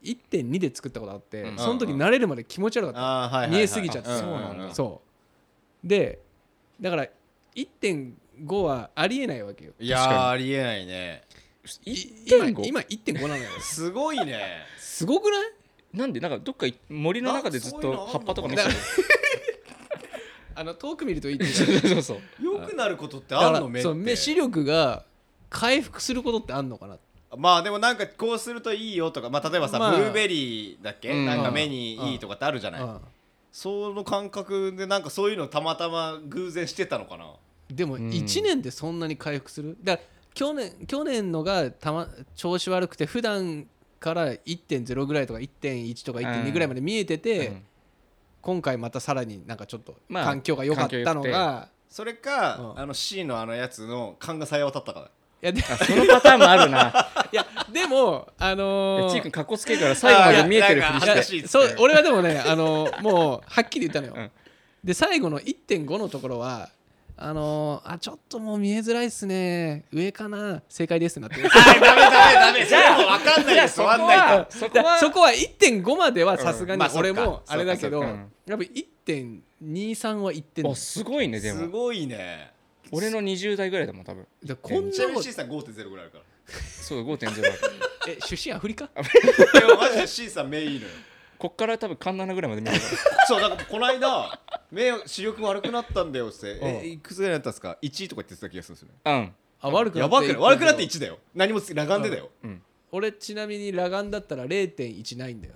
1.2で作ったことあって、
うん
その時慣れるまで気持ち悪かった、
あーはいはいはい
見えすぎちゃって
あ
そうでだから1.5はありえないわけよ
いや
確か
ー
に
ありえないね
い
1.5
今今1.5なのよ
すごいね
すごくない
なんでなんかどっか森の中でずっと葉っぱとか見てる
あの遠く見るといいって
そうそう
よくなることって
だ
あ
か
んの目
ら
っ
そう
て
目視力が回復することってあんのかな
まあでもなんかこうするといいよとかまあ例えばさ
まあ
ブルーベリーだっけ
うん
なんか目にいいとかってあるじゃない
うん
その感覚でなんかそういうのたまたま偶然してたのかな
でも
うん
1年でそんなに回復する、だから去年去年のがた、ま、調子悪くて普段から1.0ぐらいとか1.1とか1.2ぐらいまで見えてて、
うん
今回またさらになんかちょっと
まあ
環境が良かった
環
の
境
が、
それか、
うん
あの C のあのやつの勘がさえ渡ったから
いやで
あそのパターンもあるな
いやでもあ
い
の
や
ー
ちーくんかっこつけえから最後まで見えてるふり
あ
し
い
て
やな
い
んか恥ず
や
かしいっつって
そう俺はでもね、あのーもうはっきり言ったのよ、
うん
で最後の1.5のところはあのーあちょっともう見えづらいっすね上かな正解ですってなってる
あダメダメダメじゃあもう分かんない
じゃあ
で
そ
終
こ
わんないか
は
ら
そこ
だから
は
そこは1.5まではさすが
うん
に
まあそっか
俺もあれだけど、
そっ
かそっか
やっぱり1.23は言ってんの
あすごいねですも
ごいね
俺の20代ぐらいだもん多分
だからこん
ちな
な
み
も
に
ん
C さん5.0ぐらいあるから
そう5.0だ
え出身アフリカ
でもマジで C さん目いいのよ
こっから多分カンナナぐらいまで見るか
そうなんかこの間目視力悪くなったんだよっつって
う
え
ん
いくつぐらいだったんですか1とか言ってた気がするんですよね
らうん
あ悪くな
や
って
ばくない悪くなって1だよ何もつ裸眼でだよ
うん
俺ちなみに裸眼だったら0.1ないんだよ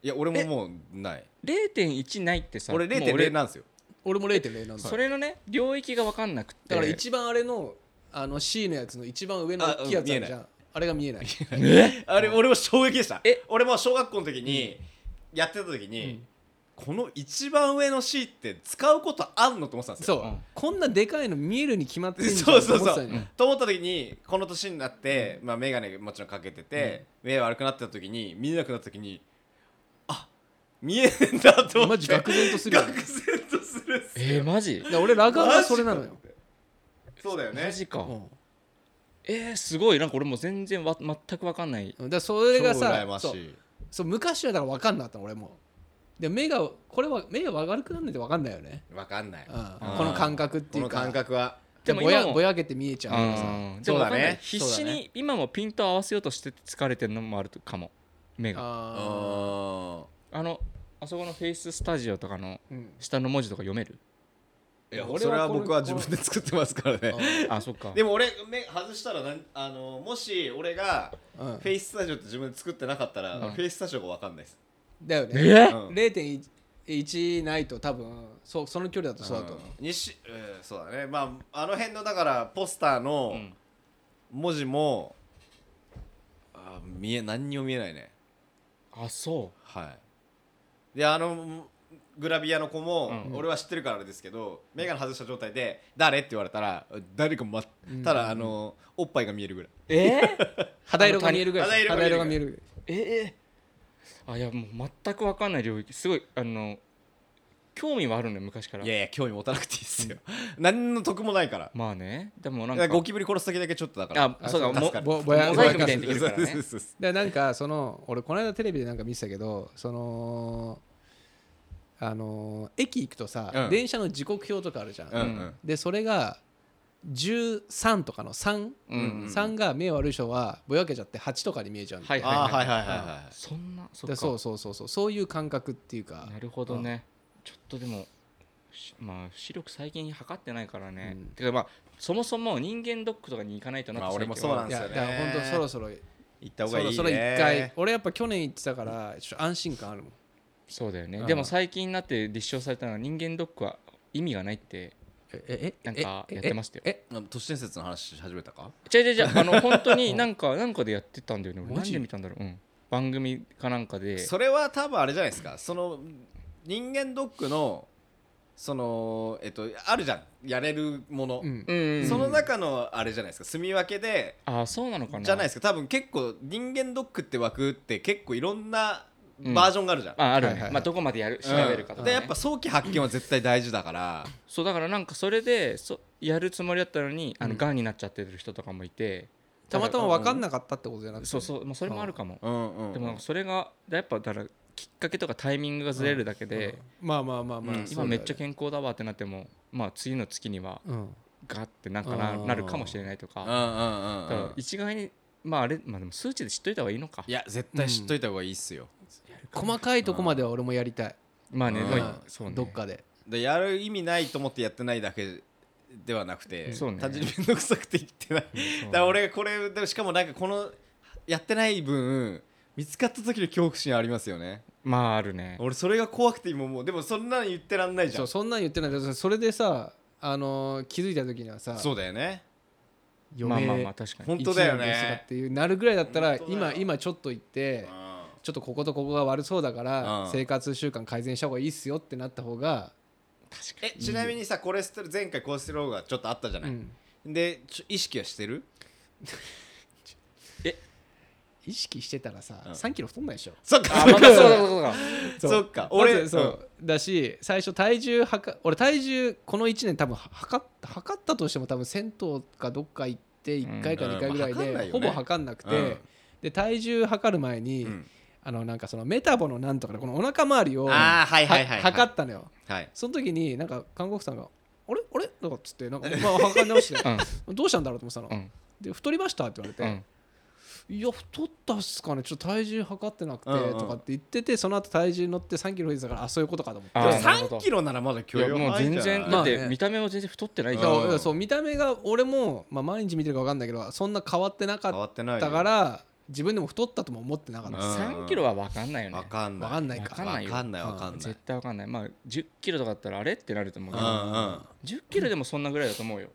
いや俺ももうない
0.1ないってさ
俺
もう俺
0.0なんですよ
俺も0.0なんだよ
それのね領域が分かんなくて
だから一番あれのあの C のやつの一番上の大きいやつあるじゃんあれが見えない
あれ俺も衝撃でした
え
俺も小学校の時にやってた時にこの一番上の C って使うことあんのと思ってたんですよ
そう、
うん
こんなでかいの見えるに決まってるんじゃ ん
そうそうそう
と思ってたのよ
と思った時にこの年になって、まあ、眼鏡もちろんかけてて、目悪くなってた時に見えなくなった時にあ見えねえんだと思
マ
って
ジ愕然とするよね
愕然とするっす
えー、マジ
だから俺裸眼
マ
は
ジ
それなのよ、
そうだよね
マジか、
うん
えー、すごいなんか俺もう全然わ全く分かんない
だからそれが
超羨
さ
まし
そう
い
そう昔はだから分かんなかったの俺もで目がこれは目が悪くなんないと分かんないよね、
わかんない
うん、この感覚って
こ
い
の
うか
感覚は
で
で
も
も
ぼや
今も
ぼやけて見えちゃうからさ
うん
そうだね
でもわかんない
そう
必
だね
死に今もピント合わせようとして疲れてるのもあるかも目が
あ
あ
あのあそこのフェイススタジオとかの
ーうん
下の文字とか読める
ーいや
俺は
それは
これ
僕は自分で作ってますからね
あそっか
でも俺目外したらなんあのもし俺が
うん
フェイススタジオって自分で作ってなかったら、
うん
フェイススタジオがわかんないです
だよ
え
ね
ー
うん
0.1ないと多分そうその距離だとそうだと思う、
ん西うんそうだねまああの辺のだからポスター
う
の
ん
文字も、あ見え何にも見えないね
あそ
はいであのグラビアの子も、
うん
俺は知ってるからあれですけど眼鏡外した状態で「誰?」って言われたら誰かま
うん
ただあのおっぱいが見えるぐらいう
えー、
肌色が見えるぐらい
肌色が見え
るぐらい
えー、あいやもう全く分かんない領域すごいあの興味はあるのよ昔から
いやいや興味持たなくていいっすよ何の得もないから
まあねでもなん
だか
から
ゴキブリ殺す時だけちょっとだから
あそうだ
助
も
かる
ぼぼ
モ
や
ザイクみたいに
ぼ
できるからね
そうそうそうそう
でなんかその俺この間テレビでなんか見てたけどそのあのー駅行くとさ、
うん
電車の時刻表とかあるじゃん、
うんうん
でそれが13とかの3、
うん
うん
3が目悪い人はぼやけちゃって8とかに見えちゃうんだよ、
はい
あーはいはいはいはい
そんなそっ
で
か
そうそうそうそうそういう感覚っていうか
なるほどねちょっとでもしまあ視力最近測ってないからね、
うん
てかまあそもそも人間ドックとかに行かないとなって
まあ俺もそうなん
い
です
や
よ
だ
ね
から本当そろそろ
行った方
そ
がいい
ろ
ね
そろ1回俺やっぱ去年行ってたからちょっと安心感あるもん
そうだよね、
うん
でも最近になって立証されたのは人間ドックは意味がないって
え
なんかやってましたよ
え
あ都市伝説の話し始めたか
違う違う違うあの本当になんかなんかでやってたんだよね俺
マ
何
ジ
で見たんだろう、うん、番組かなんかで
それは多分あれじゃないですかその人間ドックのそのえっとあるじゃんやれるもの、
うん
うんうんうん
その中のあれじゃないですか住み分けで
あそうなのかな
じゃないですか多分結構人間ドックって枠って結構いろんなバージョンがあるじゃん、
ああるよね、
はいはいはい
まあどこまでやる調
うん
べるかとか、ね
でやっぱ早期発見は絶対大事だから
そうだからなんかそれでそやるつもりだったのにあ
う
の
ん
がんになっちゃってる人とかもいて
たまたま分かんなかったってことじゃなくて
そうそう、まあ、それもあるかも、
うんうん
でもなんかそれがやっぱだからきっかけとかタイミングがずれるだけで、
まあまあまあまあ、
うん
今めっちゃ
け
健康だわってなってもまあ次の月には
うん
ガッてなんかな
あー
なるかもしれないと
うん
か
うん
だ
う
か
んうん
ら一概にまああれまあでも数値で知っといた方がいいのか
いや絶対知っといた方がいいっすよ、
細かいとこまでは俺もやりたい、
まあね
うん
まあそう
うん
ね
どっかで
でやる意味ないと思ってやってないだけではなくて、
そうね
単純に面倒くさくて言ってないだから俺がこれでしかもなんかこのやってない分見つかった時の恐怖心ありますよね
まああるね
俺それが怖くて今もうでもそんなの言ってらんないじゃ
そうんそんなん言ってないけどそれでさ、あのー気づいた時にはさ
そうだよね
まあまあまあ
あ
確かに
本当だよね
っていうなるぐらいだった
本
ら
当だよ
今今ちょっと行って
うん
ちょっとこことここが悪そうだから、
うん
生活習慣改善した方がいいっすよってなった方が、
確か
えちなみにさコレステロール前回コレステロールがちょっとあったじゃ
う
ない、
ん、
でちょ意識はしてる
意識してたらさ、
うん
3キロ太んないでしょ
そっか
あまあそうだそうだ
そうそっか
俺、
俺
そうだし最初体重はか俺体重この1年多分は測った測ったとしても多分銭湯かどっか行って1回か
うん
2回ぐらい
まあ測
で、
んないよね
ほぼ測んなくて、
うん
で体重測る前に、
うん
あのなんかそのメタボのなんとかでこのお腹周りを
あーはいはいはいはい
測ったのよ
はい
その時になんか看護婦さんが「あれあれ?」とかっつってなんか、まあ、測り直して
うん
どうしたんだろうと思ってたの、
うん
で太りましたって言われて、
うん
いや太ったっすかねちょっと体重測ってなくて
うんうん
とかって言っててその後体重乗って3キロ増えてたからあそういうことかと思って
あ
でも
ーなるほど
3キロならまだ許
いや
容
もう
範囲
全
じゃない
然
ま
だ
あ
っ
ね
て見た目も全然太ってない
い
じゃん、
うん
やそう見た目が俺も、まあ、毎日見てるか分かんないけどそんな変わってなか
変わ
っ
ってないよ
たから自分でも太ったとも思ってなかった
う
です
ん
3キロは分かんないよね
わかんない
分かんないか
わかんないよ
わかんないわかんない
絶対分かんないまあ1 0キロとかだったらあれってなると思うけど
うんうん
1 0キロでもそんなぐらいだと思うよ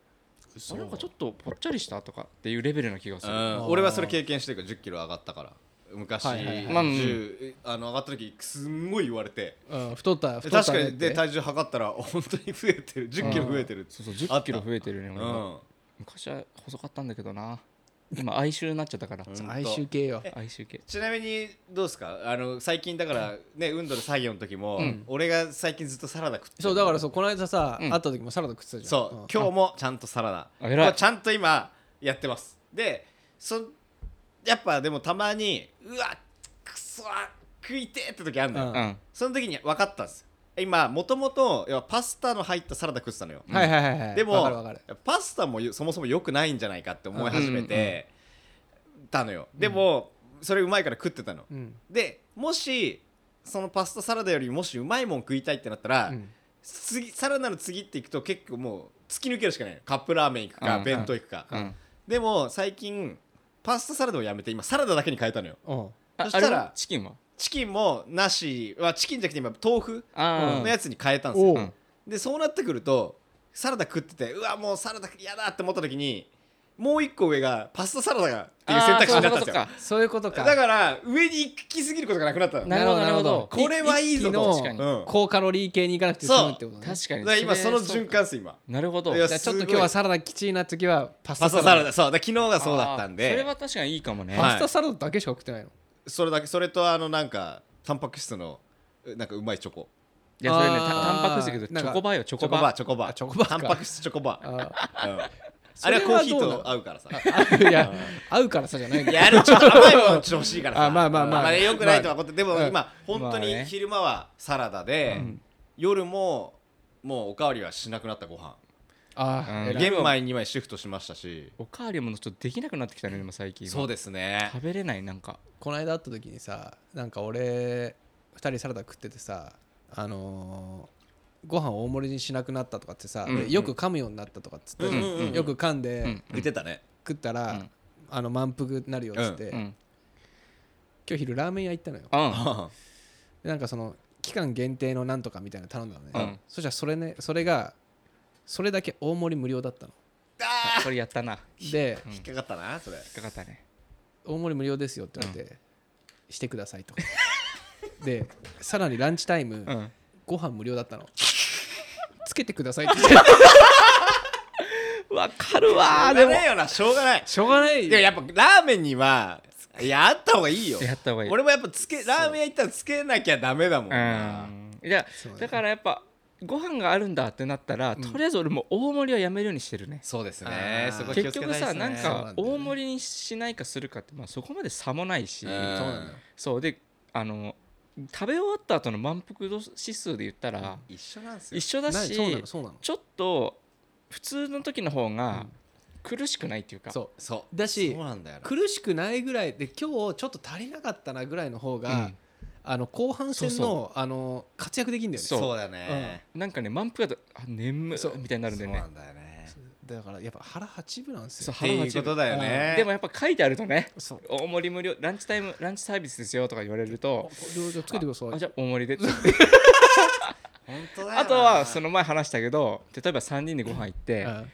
あ
う
なんかちょっとぽっちゃりしたとかっていうレベルな気がす
う
る
ん、俺はそれ経験してるから1 0キロ上がったから昔、
はいはいはい
まあうん
10あの上がった時すんごい言われて
うん、太った太っ
確
た
か
ねっ
に
て
で体重測ったら 本当に増えてる1 0キロ増えてるって
そうそう1 0キロ増えてるね
う
俺は
ん
昔は細かったんだけどな今哀愁になっちゃったから
うん
哀愁系よ
哀愁系
ちなみにどうですかあの最近だからね運動で作業の時も、
うん
俺が最近ずっとサラダ食ってる
そうだからそうこの間さ、
うん
会った時もサラダ食ってたじゃん
そう、
ん
今日もちゃんとサラダ
あ偉い
これちゃんと今やってますでそやっぱでもたまにうわくそ食いてえって時あるのよ、
う
うんん
その時に分かったんですよ今もともとパスタの入ったサラダ食ってたのよ、
はいはいはいはい
でも
わかるわかる
パスタもよそもそも良くないんじゃないかって思い始めてたのよ、でも、それうまいから食ってたの、
うん
でもしそのパスタサラダよりもしうまいもん食いたいってなったら、
うん
次さらなる次っていくと結構もう突き抜けるしかないのカップラーメン行くか、
うん
弁当行くか、
うん
でも最近パスタサラダをやめて今サラダだけに変えたのよ
うん
あ
そした
あ
ら
れはチキンは
チキンもなしはチキンじゃなくて今豆腐
あ
の
ー
やつに変えたんですよ、
おう
うん
でそうなってくるとサラダ食っててうわもうサラダ嫌だって思った時にもう一個上がパスタサラダがっていう選択肢になったんです
あーそう
よ
か
そういうことか
だから上に行き過ぎることがなくなったの
そうか
だ
なるほどなるほど
これはいいぞ
一気
と
の
確かに
うん
高カロリー系に行かなくて済むってことね
確かに
から今その
れう
循環です今
なるほど
いや
じゃあちょっと
すご
今
い
日はサラダきちいな時はパス
パ
タ
スタサ
サラ
ラ
ダ
ダそうだから昨日がそうだったん
あー
で
それは確かにいいかもね
はい
パスタサラダだけしか食ってないの
それだけそれとあのなんかタンパク質のうなんかうまいチョコ
いやそれねた
あー
タンパク質だけどチ
なんか
ョコバよチョ
チ
コ
ョコバ
バ
チョコバ
あチョコバ
タ
か
ンパク質チョコバ
あ
うん
そ
あ
れ
れ
は
はコーヒー
どうなの
と合うからさ
ー いや合うからさじゃないけど
やるちょっと甘いもんちょっと欲しいからさ
あまあまあまあ
よくないとはことでも
うん
今本当
まあ
に
ね
昼間はサラダで夜ももうおかわりはしなくなったご飯
あ
うん
ー偉い
玄米に枚シフトしましたし
おかわりもちょっとできなくなってきたねでも最近は
そうですね
食べれないなんか
この間会った時にさなんか俺2人サラダ食っててさあのーご飯を大盛りにしなくなったとかってさ、
うん
でよく噛むようになったとかっつって、
うんうんうん
よく噛んで、
うん
言ってたね
食ったら、
うん
あの満腹になるよっつって、
う
今
ん
日昼ラーメン屋行ったのよ
あ
でなんかその期間限定のなんとかみたいなの頼んだのね、
うん
そしたらそれねそれがそれだけ大盛り無料だったの
それやったな
で、
引っかかったなそれ
引っかかっ たね
大盛り無料ですよって言われて、してくださいとでさらにランチタイム、
うん
ご飯無料だったのつけてくださいって言って
わかるわ
あ
ーで
れ
も
ねえよなしょうがない
しょうがない
でもやっぱラーメンにはいやあった方がいいよ
やった方がいい
俺もやっぱつけラーメン屋行ったらつけなきゃダメだもんな
うんいや
そうね
だからやっぱご飯があるんだってなったらとりあえず俺もう大盛りはやめるようにしてるね
そうです
あー
ねそこは気を
結
つけ
局
たいっすね
さなん
そうな
か
んだよね
大盛りにしないかするかってまあそこまで差もないし
うん
そうなんだよ
そうであの食べ終わった後の満腹度指数で言ったら
一緒なんですよ
一緒だ
ない
し
そうなのそうなの
ちょっと普通の時の方が苦しくないっていうか、
そ
そう
だし
そうなんだよ
う
な
苦しくないぐらいで今日ちょっと足りなかったなぐらいの方が、
うん
あの後半戦の
そう
あの活躍できるんだよね
そう
そうだね
なんかね満腹だとあ眠
そう
みたいになるんだ
そう
よね
なんだよね
だからやっぱ腹八分なんです
そ
よ
う
っていうことだよね
でもやっぱ書いてあるとね
そう
大盛り無料ランチタイムランチサービスですよとか言われると
料理をつけてください
あじゃあ大盛りで
本当だよな
あとはその前話したけど例えば3人でご飯行って、
うん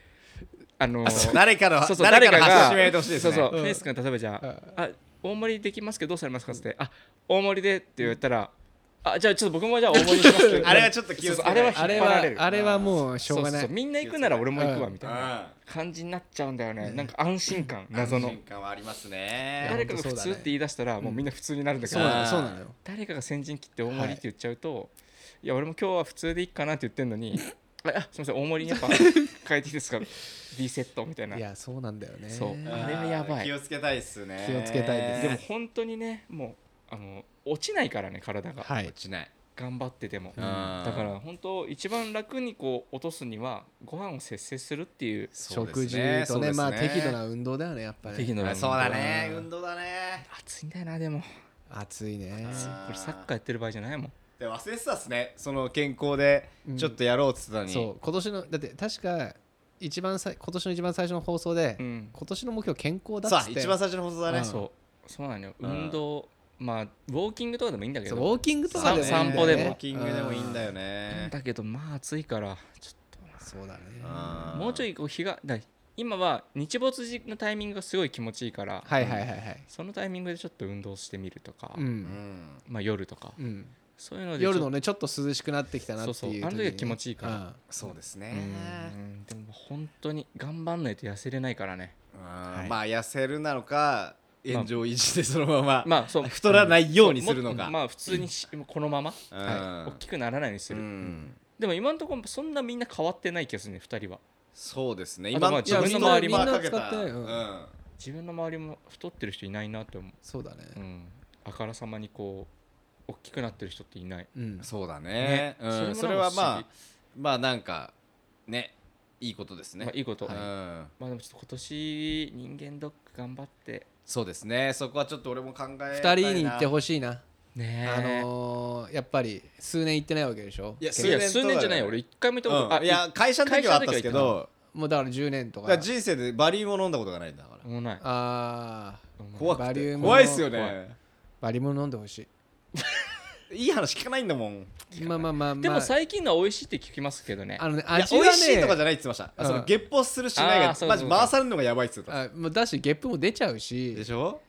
あのー
誰かの
そうそう
誰
誰
か
か
の
が
発信をやめてほしいです
そう
ね
そう、
うん
フェイス君例えばじゃあ,、
う
あ大盛りできますけどどうされますかっつって、あ大盛りでって言ったら、あじゃあちょっと僕もじゃあ大盛りにしますって
あれはちょっと気をつけ
そうそうあれは引っ
あれ
張られる
はあれはもうしょうがない
そうそうみんな行くなら俺も行くわ
うん
みたいな
うん
感じになっちゃうんだよね、なんか安心感謎
謎の
の
瞬間はありますね
誰かが普通って言い出したらもうみんな普通になるんだけ
そ
ど、
うな
あ
の
ー
そうなのよ
誰かが先陣切って大盛りって言っちゃうと、い、や俺も今日は普通でいいかなって言ってんのに ああすみません大盛りにやっぱ変えていいですかリセットみたいない
やそうなんだよね
そう
うん
あれはやばい
気をつけたいっすね
気をつけたいです
でも本当にねもうあの落ちないからね体が、
はい
落ちない
頑張ってても、
うん
だから本当一番楽にこう落とすにはご飯を節制するっていう
そうで
食事
すね
とねまあ適度
あ
な運動だよねやっぱり、
適度な運動
そうだね運動だね
暑いんだよなでも
暑いね
暑い
これサッカーやってる場合じゃないもん
で忘れてたっすねその健康で
うん
ちょっとやろうっつってたのに、
そう今年のだって確か一番さい今年の一番最初の放送で、
うん
今年の目標健康だ
さ
っ
あ
つって
一番最初の放送だね、
うん
そうそうなのよ
うん
運動まあウォーキングとかでもいいんだけ
そ
ど
うウォーキングとかでもいいんだよね
散歩でも
ウォーキングでもいいんだよね
だけどまあ暑いからちょっ
そうだね
ともうちょ
い
いこう日がだ今は日没時のタイミングがすごい気持ちいいから、
はいはいはいはい
そのタイミングでちょっと運動してみるとか、
う、
うんん
まあ、夜とか、
うん、
そういうのでちょっ
夜
と
のねちょっと涼しくなってきたなっていう
そうそうあの時は気持ちいいから
うん
そうです
う
ね
んでも本当に頑張んないと痩せれないからね
うん
い
まあ痩せるなのか炎上維持でそのまま、
まあそう
太らないようにするのか
そうもっとまあ普通にしこのまま
うん
は
大きくならないようにする、
うん
でも今のところそんなみんな変わってない気がするね2人は
そうですね
あとまあ
いや
自分の周りも
みんなかけた
みんな使ってうん
うん
自分の周りも太ってる人いないなって思
そうだね
う、うん、あからさまにこう大きくなってる人っていない
うん
そうだね
ね
うん
それもな
それはま
んか不
あ
思議
まあなんかねいいことですね、
まあ、いいこと、
うん、
まあでもちょっと今年人間ドック頑張って
そうですねそこはちょっと俺も考え
二人に行って
し
ほしいな、
ねえ
あのーやっぱり数年行ってないわけでしょ
いや
いや
数年とか
数年じゃないよ俺一回も行ったこと
うん、いや会社の時はあったんですけど
もうだから10年と
だ
か
から人生でバリウムを飲んだことがないんだから、
もうない
ああ
怖
バ
く
リ
て
ウムを
怖いっすよ
怖
ね
バリも飲んでほし
いい話聞かないんだもん
いまあまあまあまあ
でも最近のは美味しいって聞きますけどね
あのね
いや
味
美
はね
味しいとかじゃないって言ってました、
うん
そのゲッポするしない
あ
が
ーそう
マ
か
ジ
そうか
回されるのがやばいっつってた
あもうだしゲップも出ちゃう
で
し
しょ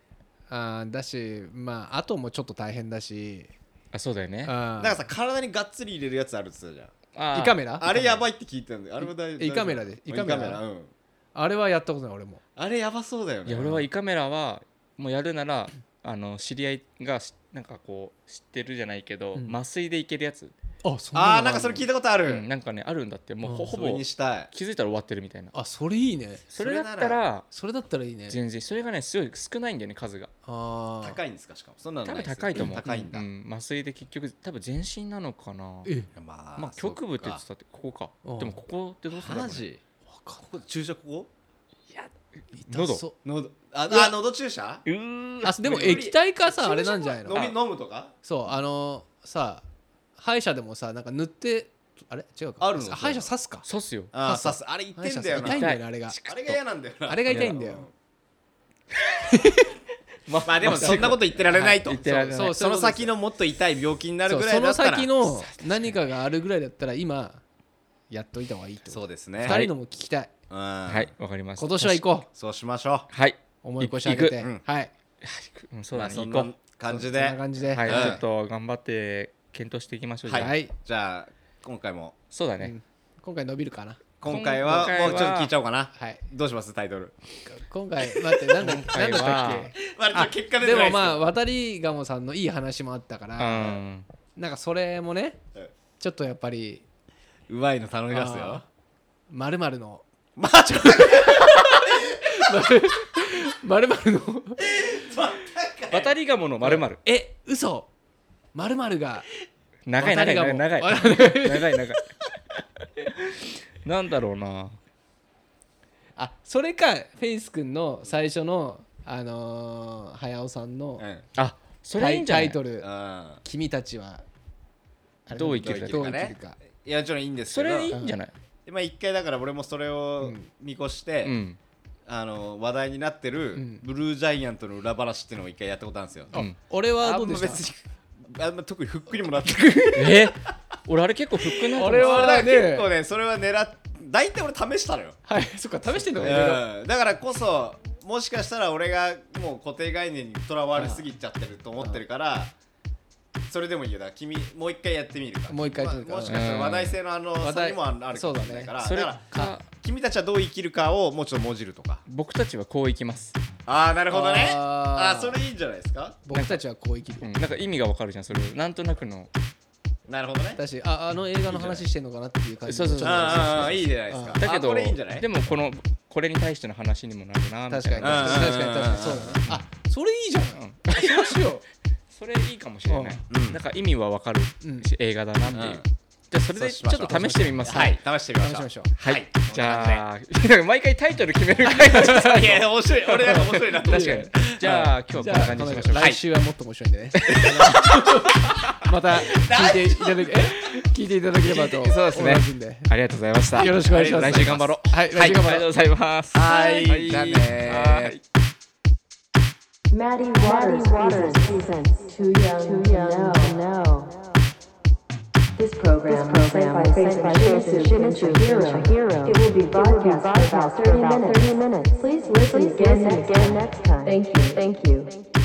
あーだしまああともちょっと大変だし
あそうだよね
だか
だ
らさ体にがっつり入れるやつあるっつってたじゃん
あー
胃カメラ
あれやばいって聞いてたんであれも大丈夫
胃カメラで
胃
胃
カ
カ
メ
メラ
ラうん
あれはやったことない俺も
あれやばそうだよ
い
ね
や俺は胃カメラはもうやるならあの知り合いがしなんかこう知ってるじゃないけど、
うん
麻酔でいけるやつ、
あそ
あーなんかそれ聞いたことあ
う
る、
ん、なんかねあるんだってもうほ,、
うん
ほ
それ
ぼ
にしたい
気づいたら終わってるみたいな
あそれいいね
それだった
それな
ら
それだったらいいね
全然それがねすごい少ないんだよね数が
ああ
高いんですかしかもそんなの
多
ない
分
っすよ
高いと思う
高いんだ、
うん、麻酔で結局多分全身なのかな
え
まあ、
まあ局部って言ってたってここか
うん
でもここってどうす
そ
る
っかマ
んだろうね
ジここ注射ここ
喉
そ
喉あ
いや
あ喉注射
うー
うあでも液体かさあれなんじゃない
飲
の
み飲むとか
そうあのーさ歯医者でもさなんか塗ってあれ違うか
あるの
歯医者刺すか
そうっすよ
あー
そ
刺
う
すあれ言っ
歯医
て
者
んだよ
痛い
なん
だよねあれが
あれが嫌なんだよな
あれが痛いんだよ
ま
まあでもそんなこと言ってられないと、
言ってられない
そうその先のもっと痛い病気になるぐらいだったら
そうその先の何かがあるぐらいだったら今やっといた方がいいってこと
そうですね
2人のも聞きたい
うん
はいわかりました
今年は行こう
そうしましょ
はい
思い越し上げて
行くうん
はい
うん
う、
そう
ま
だ
あ、
ね
そ
行
ん
こ
な
う
感じ
そん
で
な感じで
はい、
うん
ちょっと頑張って検討していきましょうじゃあ
は
はい
じゃあ今回も
そうだ
う
ね
ん今回伸びるかな
今回は
今回は
もうちょっと聞いちゃおうかな
はい
どうしますタイトル
今回待って何だ
今回
何
は
だったっ
まあちょっと結果出てない
けでも
ですけど
まあ渡り鴨さんのいい話もあったか
う
ら
ん
なんかそれもね
うん
ちょっとやっぱり
うまいの頼みますよ
あー〇〇の
まあちょっと待
〇 〇の
ったかい
渡り鴨のまるま る
え嘘〇〇が
長い長い
渡
長
り
い
鴨
長い長い長
わ
い 長いなんだろうな
あそれかフェイス君の最初のあのー早尾さんの
うん
あそれいいんじゃ
タ
ない
イトル
うん
「君たちはあれ
どう生きるか
どう生きるか
いやもちろんいいんです
そ
けど
れいいんじゃない
まあ一回だから俺もそれを見越して、
うん
あの話題になってる、
ん
ブルージャイアントの裏話っていうのを一回やったことあるんですよ、
う
あん
ん
俺は
ま
どうでした
別にあんま特にフックにもなってくる
え俺あれ結構フックになって
俺はね
結構ねそれは狙っ大体俺試したのよ、
はいそっか試してんのかいろいろ
うん、だからこそもしかしたら俺がもう固定概念にとらわれすぎちゃってると思ってるからそれでもいいよだから君もう一回やってみるか
もう一回や
ま
っ
あ
てみるか
もしかしたら話題性のあの
話
差
題
にもあるかもしれないから、
それ
だから
か
君たちはどう生きるかをもうちょっともじるとか
僕たちはこういきます、
ああなるほどねあ
あ
あ
ー
ーそれいいんじゃないですか
僕たちはこう生き
う
る
ん、なんか意味がわかるじゃんそれなんとなくの
なるほどね
私ああの映画の話してんのかなっていう感じ
そうそうそう
あーあーいいじゃないですか
あ
だけど
あこれいいんじゃない
でもこのこれに対しての話にもなるなみたいな
確かに
うん
確かに確かに確かにそうだねあそれいいじゃんそうしよ
それいいかもしれない、
うん
なんか意味はわかるし、
うん
映画だなってい
う
う、
ん
じゃあそれでちょっと試してみます
はい、試してみまし
試
た
しましょ
はい、
はい
じゃあ毎回タイトル決める回になっちゃった
いや面白い俺なんか面白いなと思っ
確
て
かにじゃあ今日
じ
はこんな
ゃあ
感じ
こ
に
の
しましょう
来週はもっと面白いんでねまた聞いていただけえ聞いていただければと思い
そうですね
ますんで
ありがとうございました
よろしくお願いします
来週頑張ろう
はい来週頑
あり
張ろう
がとうございます
はい
はい
じゃあね
はい
Maddie Waters presents Too Young to Know. This program, this program is sent by Shimizu Shimizu Hero. Hero. It will be broadcast for about 30 minutes. Please listen again next time. Thank you. Thank you.